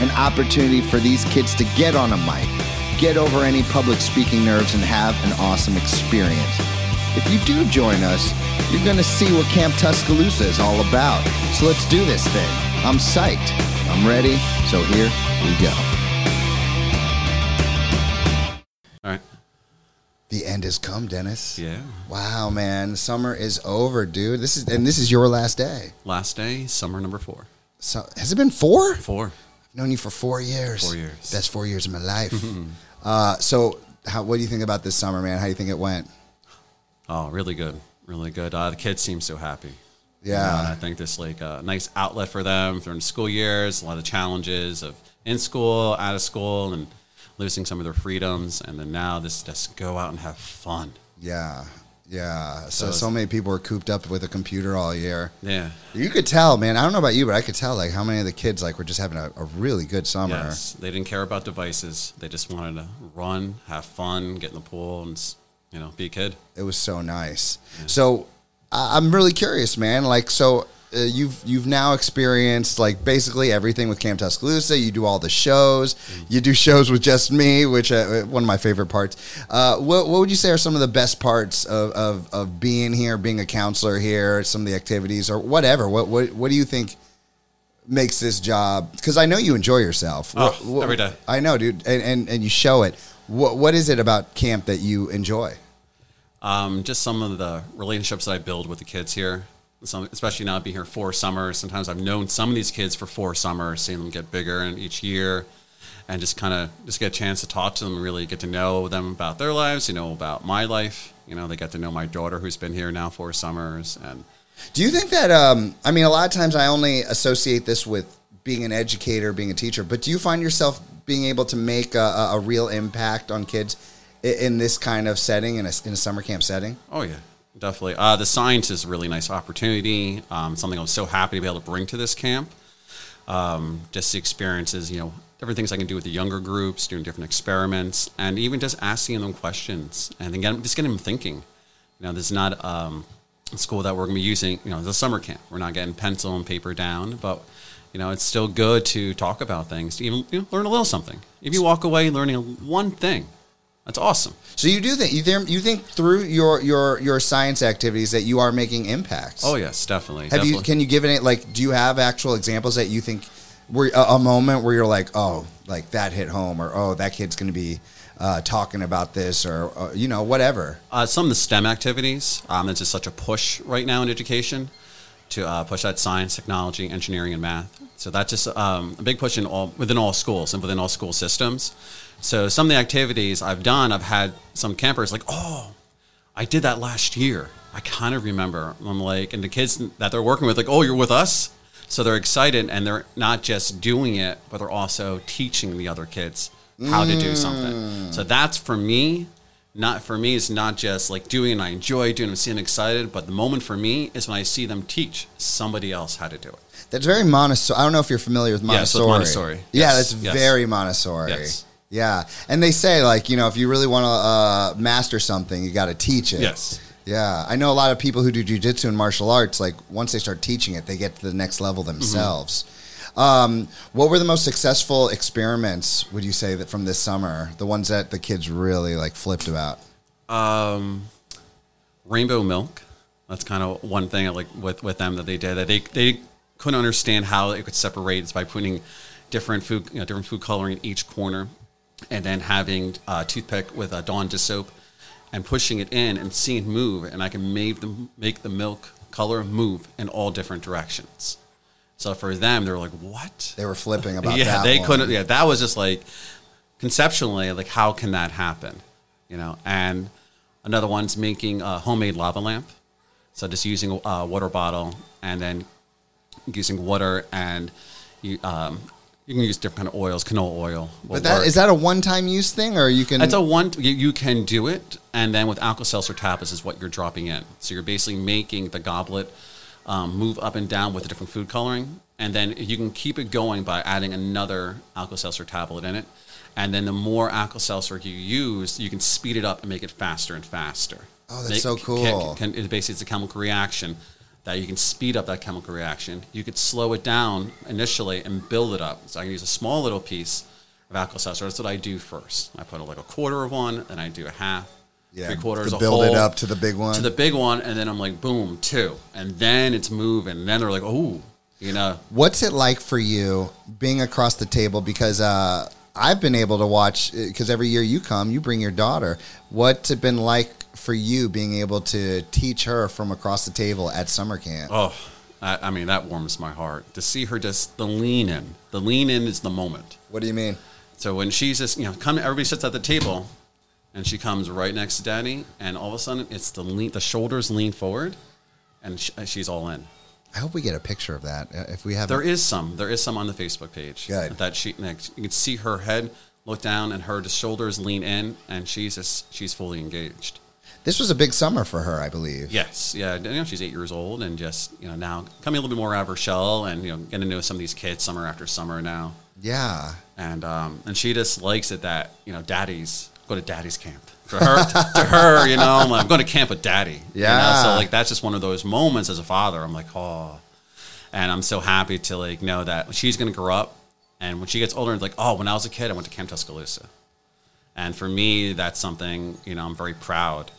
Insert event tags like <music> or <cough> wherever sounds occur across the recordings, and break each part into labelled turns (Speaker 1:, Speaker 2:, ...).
Speaker 1: An opportunity for these kids to get on a mic, get over any public speaking nerves, and have an awesome experience. If you do join us, you're going to see what Camp Tuscaloosa is all about. So let's do this thing. I'm psyched. I'm ready. So here we go.
Speaker 2: All right.
Speaker 1: The end has come, Dennis.
Speaker 2: Yeah.
Speaker 1: Wow, man. Summer is over, dude. This is and this is your last day.
Speaker 2: Last day, summer number four.
Speaker 1: So has it been four?
Speaker 2: Four.
Speaker 1: Known you for four years.
Speaker 2: Four years.
Speaker 1: Best four years of my
Speaker 2: <laughs>
Speaker 1: life. uh, so, how, what do you think about this summer, man? How do you think it went?
Speaker 2: Oh, really good. Really good. Uh, the kids seem so happy.
Speaker 1: Yeah.
Speaker 2: Uh, I think this like a nice outlet for them during school years, a lot of challenges of in school, out of school, and losing some of their freedoms. And then now this just go out and have fun.
Speaker 1: Yeah, yeah. So so many people are cooped up with a computer all year.
Speaker 2: Yeah.
Speaker 1: You could tell, man. I don't know about you, but I could tell like how many of the kids like were just having a, a really good summer.
Speaker 2: Yes. They didn't care about devices. They just wanted to run, have fun, get in the pool, and, s- you know, be a kid.
Speaker 1: It was so nice. So I, I'm really curious, man. Like so. Uh, you've you've now experienced like basically everything with Camp Tuscaloosa. You do all the shows.
Speaker 2: Mm.
Speaker 1: You do shows with just me, which uh, one of my favorite parts. Uh, what what would you say are some of the best parts of, of, of being here, being a counselor here, some of the activities or whatever? What what what do you think makes this job because I know you enjoy yourself
Speaker 2: Oh,
Speaker 1: What- what-
Speaker 2: every day.
Speaker 1: I know, dude, and, and and you show it. What what is it about camp that you enjoy?
Speaker 2: um, just some of the relationships that I build with the kids here. Some, especially now being here four summers. Sometimes I've known some of these kids for four summers, seeing them get bigger and each year, and just kind of just get a chance to talk to them and really get to know them about their lives. You know about my life. You know they got to know my daughter who's been here now four summers, and
Speaker 1: Do you think that um I mean a lot of times I only associate this with being an educator, being a teacher, but do you find yourself being able to make a, a, a real impact on kids in, in this kind of setting in a, in a summer camp setting?
Speaker 2: Oh yeah, definitely. Uh, the science is a really nice opportunity. Um, something I'm so happy to be able to bring to this camp. Um, just the experiences, you know, different things I can do with the younger groups, doing different experiments, and even just asking them questions and then get 'em- just getting them thinking. You know, this is not um, a school that we're going to be using. You know, the summer camp. We're not getting pencil and paper down, but you know, it's still good to talk about things, to even you know, learn a little something. If you walk away learning one thing, that's awesome.
Speaker 1: So you do think you think you think through your your your science activities that you are making impacts.
Speaker 2: Oh yes, definitely.
Speaker 1: Have
Speaker 2: definitely.
Speaker 1: you? Can you give it? Like, do you have actual examples that you think were a, a moment where you're like, oh, like that hit home, or oh, that kid's going to be uh, talking about this, or uh, you know, whatever.
Speaker 2: Uh, some of the STEM activities. Um, it's just such a push right now in education to uh, push that science, technology, engineering, and math. So that's just um, a big push in all within all schools and within all school systems. So some of the activities I've done, I've had some campers like, oh, I did that last year. I kind of remember. I'm like, and the kids that they're working with, like, oh, you're with us. So they're excited and they're not just doing it, but they're also teaching the other kids how to do something. So that's for me. Not for me is not just like doing and I enjoy doing. I'm seeing excited, but the moment for me is when I see them teach somebody else how to do it.
Speaker 1: That's very Montessori. I don't know if you're familiar with
Speaker 2: Yes, with
Speaker 1: Montessori.
Speaker 2: Montessori.
Speaker 1: Yeah,
Speaker 2: Yes,
Speaker 1: that's
Speaker 2: yes.
Speaker 1: very Montessori.
Speaker 2: Yes.
Speaker 1: Yeah, and they say like you know if you really want to uh, master something, you got to teach it.
Speaker 2: Yes.
Speaker 1: Yeah, I know a lot of people who do jujitsu and martial arts. Like once they start teaching it, they get to the next level
Speaker 2: Mm-hmm.
Speaker 1: themselves. Um, what were the most successful experiments? Would you say that from this summer, the ones that the kids really like flipped about?
Speaker 2: rainbow milk. That's kind of one thing I like with, with them that they did that they, they couldn't understand how it could separate it's by putting different food you know, different food coloring in each corner, and then having a toothpick with a Dawn dish soap, and pushing it in and seeing it move, and I can make the make the milk color move in all different directions. So for them, they're like, "What?
Speaker 1: They were flipping about.
Speaker 2: <laughs> yeah
Speaker 1: that
Speaker 2: they
Speaker 1: one.
Speaker 2: couldn't yeah that was just like conceptually like how can that happen you know and another one's making a homemade lava lamp so just using a uh, water bottle and then using water and you um, You can use different kind of oils. Canola oil. will
Speaker 1: But that
Speaker 2: work.
Speaker 1: is that a one-time use thing, or you can?
Speaker 2: It's a one. You, you can do it, and then with Alka Seltzer tapas is what you're dropping in. So you're basically making the goblet um, move up and down with the different food coloring, and then you can keep it going by adding another Alka Seltzer tablet in it. And then the more Alka Seltzer you use, you can speed it up and make it faster and faster.
Speaker 1: Oh, that's
Speaker 2: Make-
Speaker 1: so cool.
Speaker 2: Can, can, it basically, it's a chemical reaction that you can speed up that chemical reaction. You could slow it down initially and build it up. So I can use a small little piece of alcohol seltzer. That's what I do first. I put like a quarter of one, then I do a half,
Speaker 1: Yeah,
Speaker 2: three quarters,
Speaker 1: to
Speaker 2: a
Speaker 1: build it
Speaker 2: whole,
Speaker 1: up to the big one.
Speaker 2: to the big one, and then I'm like, boom, two, and then it's moving. And then they're like, oh, you know,
Speaker 1: What's it like for you being across the table? Because uh, I've been able to watch because every year you come, you bring your daughter. What's it been like for you being able to teach her from across the table at summer camp?
Speaker 2: oh, I, I mean, that warms my heart to see her just the lean in. The lean in is the moment.
Speaker 1: What do you mean?
Speaker 2: So when she's just, you know, come, everybody sits at the table, and she comes right next to Daddy, and all of a sudden it's the lean, the shoulders lean forward, and sh- uh, she's all in.
Speaker 1: I hope we get a picture of that uh, if we have.
Speaker 2: There is some, there is some on the Facebook page.
Speaker 1: Good.
Speaker 2: That she, like, you can see her head look down, and her shoulders lean in, and she's just, she's fully engaged.
Speaker 1: This was a big summer for her, I believe.
Speaker 2: Yes, yeah, you know, she's eight years old, and just you know now coming a little bit more out of her shell, and you know getting to know some of these kids summer after summer now,
Speaker 1: Yeah.
Speaker 2: and um, and she just likes it that you know daddy's go to daddy's camp to her to her you know I'm, like, I'm going to camp with daddy you know?
Speaker 1: Yeah.
Speaker 2: so like that's just one of those moments as a father I'm like oh and I'm so happy to like know that she's going to grow up and when she gets older it's like oh when I was a kid I went to Camp Tuscaloosa and for me that's something you know I'm very proud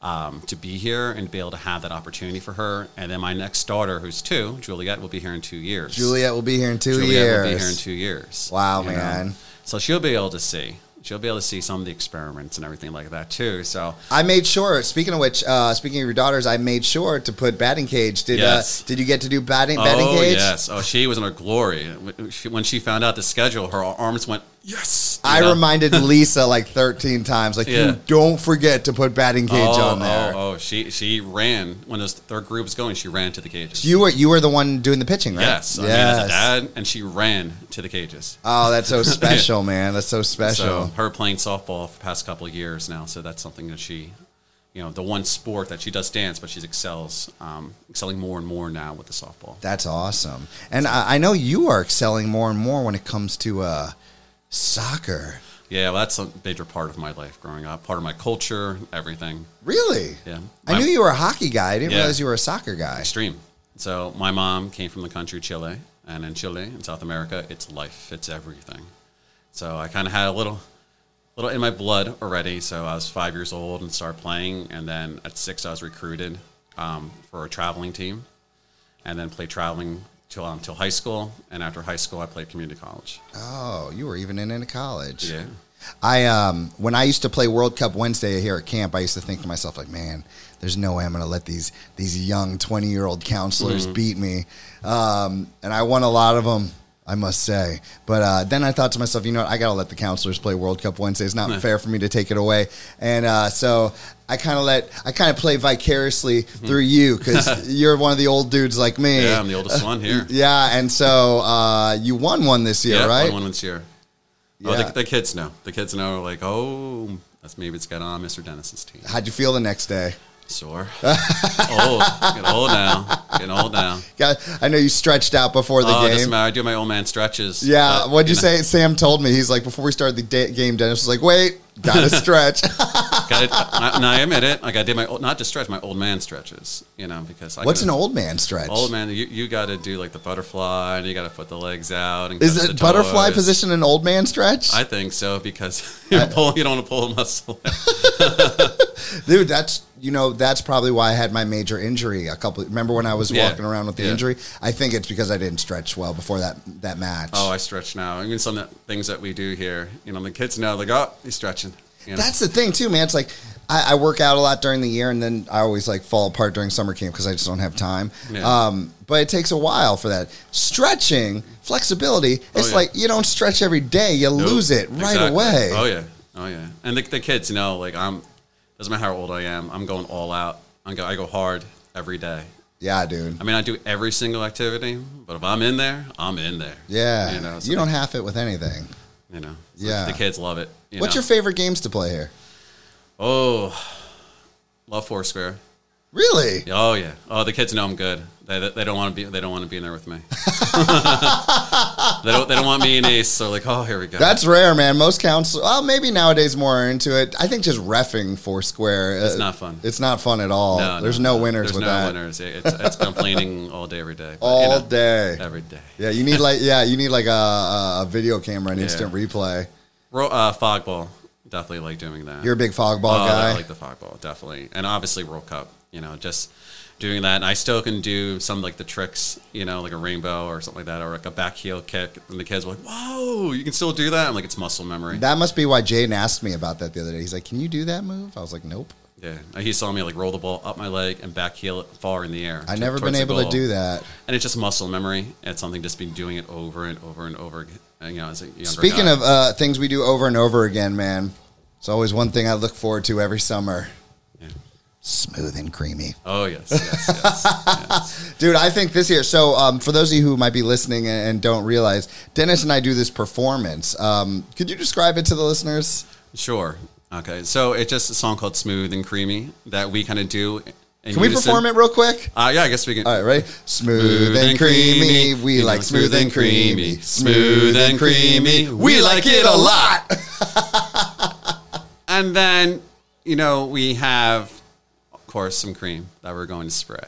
Speaker 2: um, to be here and be able to have that opportunity for her and then my next daughter who's two Juliet will be here in two years
Speaker 1: Juliet will be here in two
Speaker 2: Juliet
Speaker 1: years.
Speaker 2: will be here in two years.
Speaker 1: Wow,
Speaker 2: you know?
Speaker 1: man.
Speaker 2: So she'll be able to see. She'll be able to see some of the experiments and everything like that too. So
Speaker 1: I made sure. Speaking of which, uh, speaking of your daughters, I made sure to put batting cage. Did
Speaker 2: Yes.
Speaker 1: uh, did you get to do batting batting
Speaker 2: oh
Speaker 1: cage?
Speaker 2: yes, oh she was in her glory When she- when she found out the schedule. Her arms went yes. you
Speaker 1: I
Speaker 2: know? <laughs>
Speaker 1: reminded Lisa like 13 times, like,
Speaker 2: Yeah.
Speaker 1: you don't forget to put batting cage
Speaker 2: Oh,
Speaker 1: on there.
Speaker 2: oh, oh, she she ran when those their group was going. She ran to the cages.
Speaker 1: You were you were the one doing the pitching, right?
Speaker 2: yes, I mean, as a dad, and she ran to the cages.
Speaker 1: Oh, that's
Speaker 2: <laughs>
Speaker 1: so special, man. That's so
Speaker 2: So
Speaker 1: special.
Speaker 2: her playing softball for the past couple of years now. So that's something that she, you know, the one sport that she does dance, but she's excels, um, excelling more and more now with the softball.
Speaker 1: That's awesome. And I, I know you are excelling more and more when it comes to uh, soccer.
Speaker 2: Yeah, well, that's a major part of my life growing up, part of my culture, everything.
Speaker 1: Really?
Speaker 2: Yeah.
Speaker 1: I knew you were a hockey guy. I didn't
Speaker 2: Yeah.
Speaker 1: realize you were a soccer guy.
Speaker 2: Extreme. So my mom came from the country Chile, and in Chile, in South America, it's life, it's everything. So I kind of had a little, little in my blood already. So I was five years old and started playing, and then at six I was recruited um, for a traveling team, and then played traveling till um, till high school. And after high school, I played community college.
Speaker 1: Oh, you were even in into college.
Speaker 2: Yeah.
Speaker 1: I um when I used to play World Cup Wednesday here at camp, I used to think to myself like, man, there's no way I'm gonna let these these young 20 year old counselors
Speaker 2: Mm-hmm.
Speaker 1: beat me. Um, and I won a lot of them. I must say, but uh, then I thought to myself, you know what? I gotta let the counselors play World Cup Wednesday. It's not fair for me to take it away, and uh, so I kind of let I kind of play vicariously through you
Speaker 2: <laughs>
Speaker 1: because you're one of the old dudes like me.
Speaker 2: Mm-hmm. Yeah, I'm the oldest one here.
Speaker 1: <laughs> Yeah, and so uh, you won one this year,
Speaker 2: Yeah,
Speaker 1: right?
Speaker 2: One, one this year. Oh,
Speaker 1: Yeah.
Speaker 2: the, the kids know. The kids know. Like, oh, that's maybe it's got on Mr. Dennis's team.
Speaker 1: How'd you feel the next day?
Speaker 2: Sore. old. Getting old now. Getting old now.
Speaker 1: God, I know you stretched out before the
Speaker 2: Oh, it doesn't
Speaker 1: game.
Speaker 2: matter. I do my old man stretches.
Speaker 1: Yeah,
Speaker 2: but,
Speaker 1: what'd you
Speaker 2: know,
Speaker 1: say? Sam told me he's like before we started the da- game. Dennis was like, "Wait,
Speaker 2: <laughs>
Speaker 1: gotta stretch."
Speaker 2: gotta- I- and I admit it. Like I did my old, not just stretch, my old man stretches. You know, because
Speaker 1: <laughs>
Speaker 2: I
Speaker 1: What's an
Speaker 2: couldn't-
Speaker 1: old man stretch?
Speaker 2: old man? You, you got to do like the butterfly, and you got to put the legs out. And
Speaker 1: Is
Speaker 2: touch
Speaker 1: it
Speaker 2: the
Speaker 1: butterfly
Speaker 2: toes.
Speaker 1: position an old man stretch?
Speaker 2: I think so because <laughs> you're pulling, you don't want to pull a muscle. <laughs>
Speaker 1: Dude, that's you know that's probably why I had my major injury. A couple. Remember when I was
Speaker 2: Yeah.
Speaker 1: walking around with the
Speaker 2: Yeah.
Speaker 1: injury? I think it's because I didn't stretch well before that that match.
Speaker 2: oh, I stretch now. Even some of the things that we do here, you know, the kids know. Like, oh, he's stretching. You know?
Speaker 1: That's the thing too, man. It's like I, I work out a lot during the year, and then I always like fall apart during summer camp because I just don't have time.
Speaker 2: Yeah.
Speaker 1: Um, but it takes a while for that stretching, flexibility. It's
Speaker 2: Oh, yeah.
Speaker 1: like you don't stretch every day; you
Speaker 2: Nope.
Speaker 1: lose it right
Speaker 2: Exactly.
Speaker 1: away.
Speaker 2: Oh yeah, oh yeah. And the, the kids know, like I'm. Doesn't matter how old I am, I'm going all out. I go, I go hard every day.
Speaker 1: Yeah, dude.
Speaker 2: I mean, I do every single activity, but if I'm in there, I'm in there.
Speaker 1: Yeah.
Speaker 2: You know, so
Speaker 1: you don't half it with anything.
Speaker 2: You know, so
Speaker 1: Yeah.
Speaker 2: the kids love it. you
Speaker 1: What's
Speaker 2: know.
Speaker 1: your favorite games to play here?
Speaker 2: oh, love Foursquare.
Speaker 1: Really?
Speaker 2: Oh yeah. Oh, the kids know I'm good. They, they, they don't want to be they don't want to be in there
Speaker 1: <laughs>
Speaker 2: with me. they don't they don't want me and Ace. So like, oh, here we go.
Speaker 1: That's rare, man. Most counts, well, maybe nowadays more are into it. I think just refing Foursquare. It's
Speaker 2: not fun.
Speaker 1: It's not fun at all.
Speaker 2: No, no,
Speaker 1: There's no,
Speaker 2: no.
Speaker 1: winners
Speaker 2: There's
Speaker 1: with
Speaker 2: no
Speaker 1: that.
Speaker 2: winners. It's, it's complaining all day, every day. But, you
Speaker 1: All
Speaker 2: know,
Speaker 1: day.
Speaker 2: every day.
Speaker 1: Yeah, you need like yeah, you need like a, a a video camera and instant replay.
Speaker 2: Ro- uh, fogball, definitely like doing that.
Speaker 1: You're a big fog ball
Speaker 2: Oh,
Speaker 1: guy.
Speaker 2: I like the fogball, definitely, and obviously World Cup. You know, just doing that. And I still can do some like the tricks. You know, like a rainbow or something like that, or like a back heel kick. And the kids were like, "Whoa, you can still do that!" I'm like, "It's muscle memory."
Speaker 1: that must be why Jaden asked me about that the other day. He's like, "Can you do that move?" I was like, "Nope."
Speaker 2: yeah, And he saw me like roll the ball up my leg and back heel it far in the air.
Speaker 1: I
Speaker 2: to-
Speaker 1: never been
Speaker 2: towards the
Speaker 1: able to
Speaker 2: goal.
Speaker 1: do that.
Speaker 2: And it's just muscle memory. It's something just been doing it over and over and over. again, You know, as a younger
Speaker 1: Speaking
Speaker 2: guy.
Speaker 1: of uh, things we do over and over again, man, it's always one thing I look forward to every summer:
Speaker 2: Yeah.
Speaker 1: smooth and creamy.
Speaker 2: Oh yes, yes,
Speaker 1: <laughs>
Speaker 2: yes. yes.
Speaker 1: Dude, I think this year. So, um, for those of you who might be listening and, and don't realize, Dennis and I do this performance. Um, could you describe it to the listeners?
Speaker 2: Sure. Okay. So it's just a song called "Smooth and Creamy" that we kind of do.
Speaker 1: Can we perform it real quick?
Speaker 2: Uh, yeah, I guess we can.
Speaker 1: All right, ready? Smooth and creamy, we
Speaker 2: You know,
Speaker 1: like smooth and creamy. Smooth and creamy, we like it a lot.
Speaker 2: <laughs> And then you know we have, of course, some cream that we're going to spray.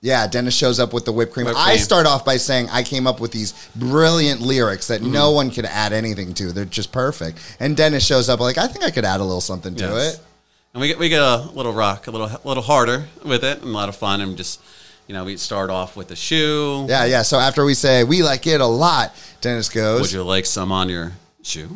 Speaker 1: Yeah, Dennis shows up with the whipped cream.
Speaker 2: Whipped
Speaker 1: I
Speaker 2: cream.
Speaker 1: start off by saying I came up with these brilliant lyrics that no one could add anything to. They're just perfect. And Dennis shows up like I think I could add a little something to
Speaker 2: Yes.
Speaker 1: it.
Speaker 2: And we get we get a little rock, a little a little harder with it, and a lot of fun. And just you know we start off with a shoe.
Speaker 1: Yeah, yeah. So after we say we like it a lot, Dennis
Speaker 2: Would
Speaker 1: goes
Speaker 2: you like some on your shoe?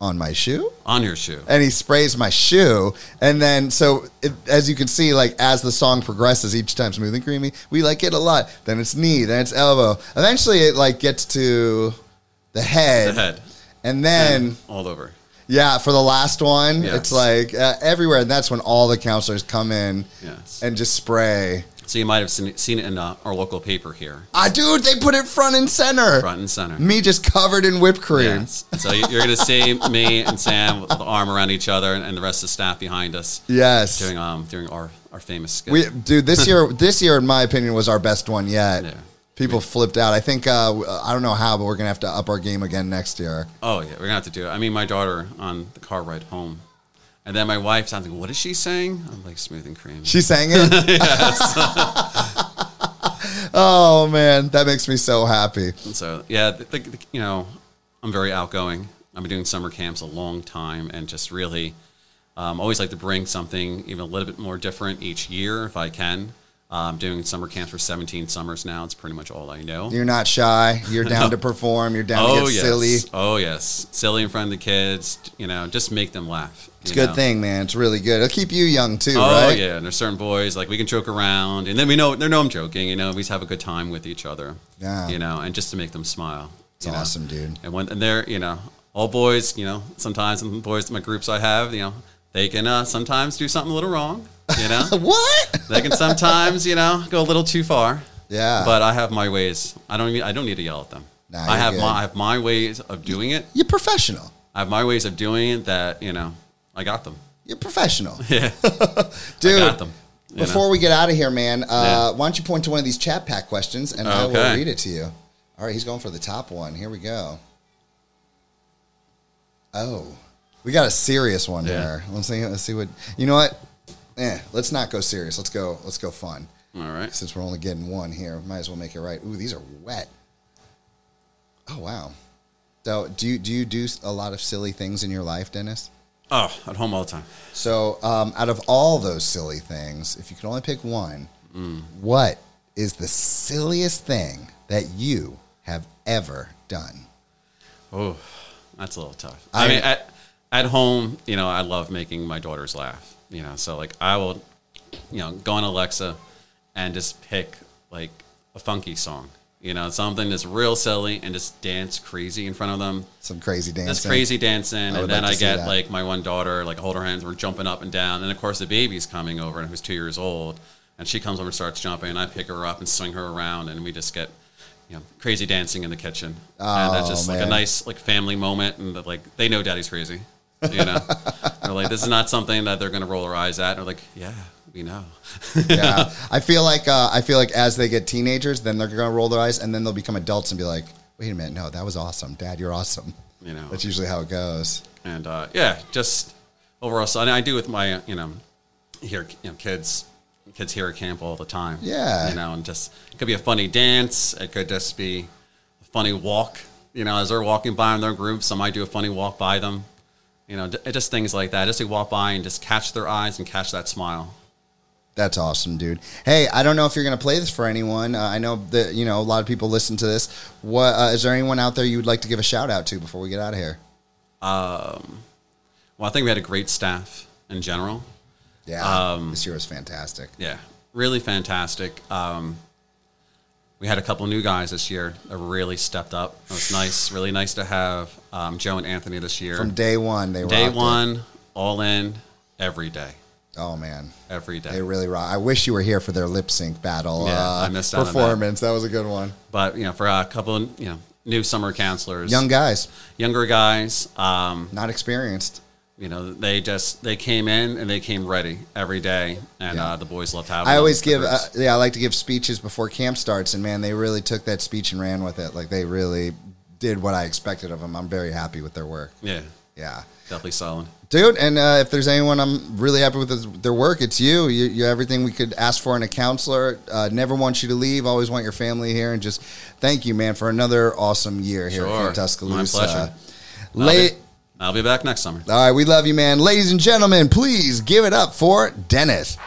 Speaker 1: on my shoe.
Speaker 2: On your shoe.
Speaker 1: and he sprays my shoe. And then, so it, as you can see, like as the song progresses, each time smooth and creamy, we like it a lot. Then it's knee, then it's elbow. Eventually, it like gets to the head,
Speaker 2: The head.
Speaker 1: and then.
Speaker 2: all over.
Speaker 1: Yeah, for the last one,
Speaker 2: Yes.
Speaker 1: it's like uh, everywhere, and that's when all the counselors come in
Speaker 2: Yes.
Speaker 1: and just spray.
Speaker 2: So you might have seen, seen it in uh, our local paper here,
Speaker 1: Ah, dude, they put it front and center.
Speaker 2: front and center.
Speaker 1: Me just covered in whipped cream.
Speaker 2: Yes. So you- you're going to see me and Sam with the arm around each other, and, and the rest of the staff behind us
Speaker 1: Yes,
Speaker 2: doing um doing our our famous skit.
Speaker 1: We, dude, this year, <laughs> this year, in my opinion, was our best one yet.
Speaker 2: Yeah.
Speaker 1: People flipped out. I think uh, w- I don't know how, but we're gonna have to up our game again next year.
Speaker 2: oh yeah, we're gonna have to do it. I mean, my daughter on the car ride home, and then my wife. I'm thinking, what is she saying? I'm like smooth and cream.
Speaker 1: She sang
Speaker 2: <laughs>
Speaker 1: it. <laughs> oh man, that makes me so happy.
Speaker 2: so yeah, the, the, the- you know, I'm very outgoing. I've been doing summer camps a long time, and just really um, always like to bring something even a little bit more different each year if I can. I'm doing summer camps for 17 summers now. It's pretty much all I know.
Speaker 1: You're not shy. You're down
Speaker 2: <laughs>
Speaker 1: to perform. You're down to
Speaker 2: oh
Speaker 1: get
Speaker 2: yes,
Speaker 1: silly. It's
Speaker 2: oh yes, silly in front of the kids. You know, just make them laugh. It's
Speaker 1: a good thing, man. It's really good. It'll keep you young too,
Speaker 2: Oh
Speaker 1: right?
Speaker 2: yeah, and there's certain boys like we can joke around, and then we know they know I'm joking. You know, we just have a good time with each other.
Speaker 1: Yeah.
Speaker 2: You know, and just to make them smile.
Speaker 1: It's
Speaker 2: you know.
Speaker 1: awesome, dude.
Speaker 2: And when and they're you know all boys, you know sometimes some boys my groups I have, you know they can uh, sometimes do something a little wrong.
Speaker 1: <laughs>
Speaker 2: You know,
Speaker 1: What?
Speaker 2: they can sometimes you know go a little too far.
Speaker 1: Yeah.
Speaker 2: But I have my ways. I don't. Even, I don't need to yell at them.
Speaker 1: Nah,
Speaker 2: I
Speaker 1: you're
Speaker 2: have
Speaker 1: good.
Speaker 2: my I have my ways of doing it.
Speaker 1: You're professional.
Speaker 2: I have my ways of doing it that, you know, I got them.
Speaker 1: You're professional,
Speaker 2: Yeah.
Speaker 1: <laughs> dude.
Speaker 2: got them, you know.
Speaker 1: Before we get out of here, man, uh,
Speaker 2: Yeah.
Speaker 1: why don't you point to one of these chat pack questions and I will
Speaker 2: Okay.
Speaker 1: read it to you. All right, he's going for the top one. Here we go. Oh, we got a serious one
Speaker 2: Yeah.
Speaker 1: here. Let's see. Let's see what you know. What? Eh, let's not go serious. Let's go. Let's go fun.
Speaker 2: All right.
Speaker 1: Since we're only getting one here, might as well make it right. Ooh, these are wet. Oh wow. So do you do you do a lot of silly things in your life, Dennis?
Speaker 2: Oh, at home all the time.
Speaker 1: So, um, out of all those silly things, if you could only pick one, what is the silliest thing that you have ever done?
Speaker 2: Oh, that's a little tough.
Speaker 1: I-
Speaker 2: I mean, at, at home, you know, I love making my daughters laugh, you know, so like I will, you know, go on Alexa and just pick like a funky song, you know, something that's real silly and just dance crazy in front of them.
Speaker 1: Some crazy dancing.
Speaker 2: That's crazy dancing.
Speaker 1: would
Speaker 2: and
Speaker 1: like
Speaker 2: then
Speaker 1: to
Speaker 2: I
Speaker 1: see
Speaker 2: get
Speaker 1: that.
Speaker 2: like my one daughter, like hold her hands, we're jumping up and down. And of course the baby's coming over and who's two years old. And she comes over and starts jumping, and I pick her up and swing her around, and we just get you know crazy dancing in the kitchen. and that's
Speaker 1: Oh,
Speaker 2: just like
Speaker 1: man.
Speaker 2: a nice like family moment, and that, like they know Daddy's crazy.
Speaker 1: <laughs>
Speaker 2: You know, they're like, this is not something that they're going to roll their eyes at. And they're like, yeah, we know.
Speaker 1: <laughs> yeah. I feel like uh, I feel like as they get teenagers, then they're gonna roll their eyes, and then they'll become adults and be like, "Wait a minute, no, that was awesome, Dad. You're awesome."
Speaker 2: You know.
Speaker 1: that's usually how it goes.
Speaker 2: and uh, yeah, just overall. So and I do with my you know here you know kids kids here at camp all the time.
Speaker 1: Yeah.
Speaker 2: you know, and just it could be a funny dance. It could just be a funny walk. You know, as they're walking by in their group, some might do a funny walk by them. You know, d- just things like that. Just to walk by and just catch their eyes and catch that smile.
Speaker 1: That's awesome, dude. Hey, I don't know if you're gonna play this for anyone. Uh, I know that you know a lot of people listen to this. What uh, is there anyone out there you would like to give a shout out to before we get out of here?
Speaker 2: Well, I think we had a great staff in general.
Speaker 1: Yeah, this year was fantastic.
Speaker 2: Um, Yeah, really fantastic. Um, we had a couple new guys this year that really stepped up. It was nice, really nice to have um, Joe and Anthony this year.
Speaker 1: From day one, they
Speaker 2: Day
Speaker 1: rocked it.
Speaker 2: one, all in, every day,
Speaker 1: Oh man,
Speaker 2: every day.
Speaker 1: they really rock. I wish you were here for their lip sync battle.
Speaker 2: Yeah,
Speaker 1: uh,
Speaker 2: I missed out on that.
Speaker 1: performance. that. was a good one.
Speaker 2: but you know, for a couple, of, you know, new summer counselors,
Speaker 1: Young guys,
Speaker 2: younger guys, um,
Speaker 1: not experienced.
Speaker 2: you know, they just they came in and they came ready every day, and uh, the boys loved having.
Speaker 1: I
Speaker 2: them
Speaker 1: always
Speaker 2: for
Speaker 1: give, uh,
Speaker 2: groups.
Speaker 1: yeah, I like to give speeches before camp starts, and man, they really took that speech and ran with it. Like they really did what I expected of them. I'm very happy with their work.
Speaker 2: yeah,
Speaker 1: Yeah.
Speaker 2: definitely solid.
Speaker 1: dude. And uh, if there's anyone I'm really happy with this- their work, it's you. you. You're everything we could ask for in a counselor. Uh, never want you to leave. Always want your family here. And just thank you, man, for another awesome year here
Speaker 2: Sure.
Speaker 1: in Tuscaloosa.
Speaker 2: My pleasure. I'll
Speaker 1: Late.
Speaker 2: be, I'll be back next summer.
Speaker 1: All right, we love you, man. Ladies and gentlemen, please give it up for Dennis.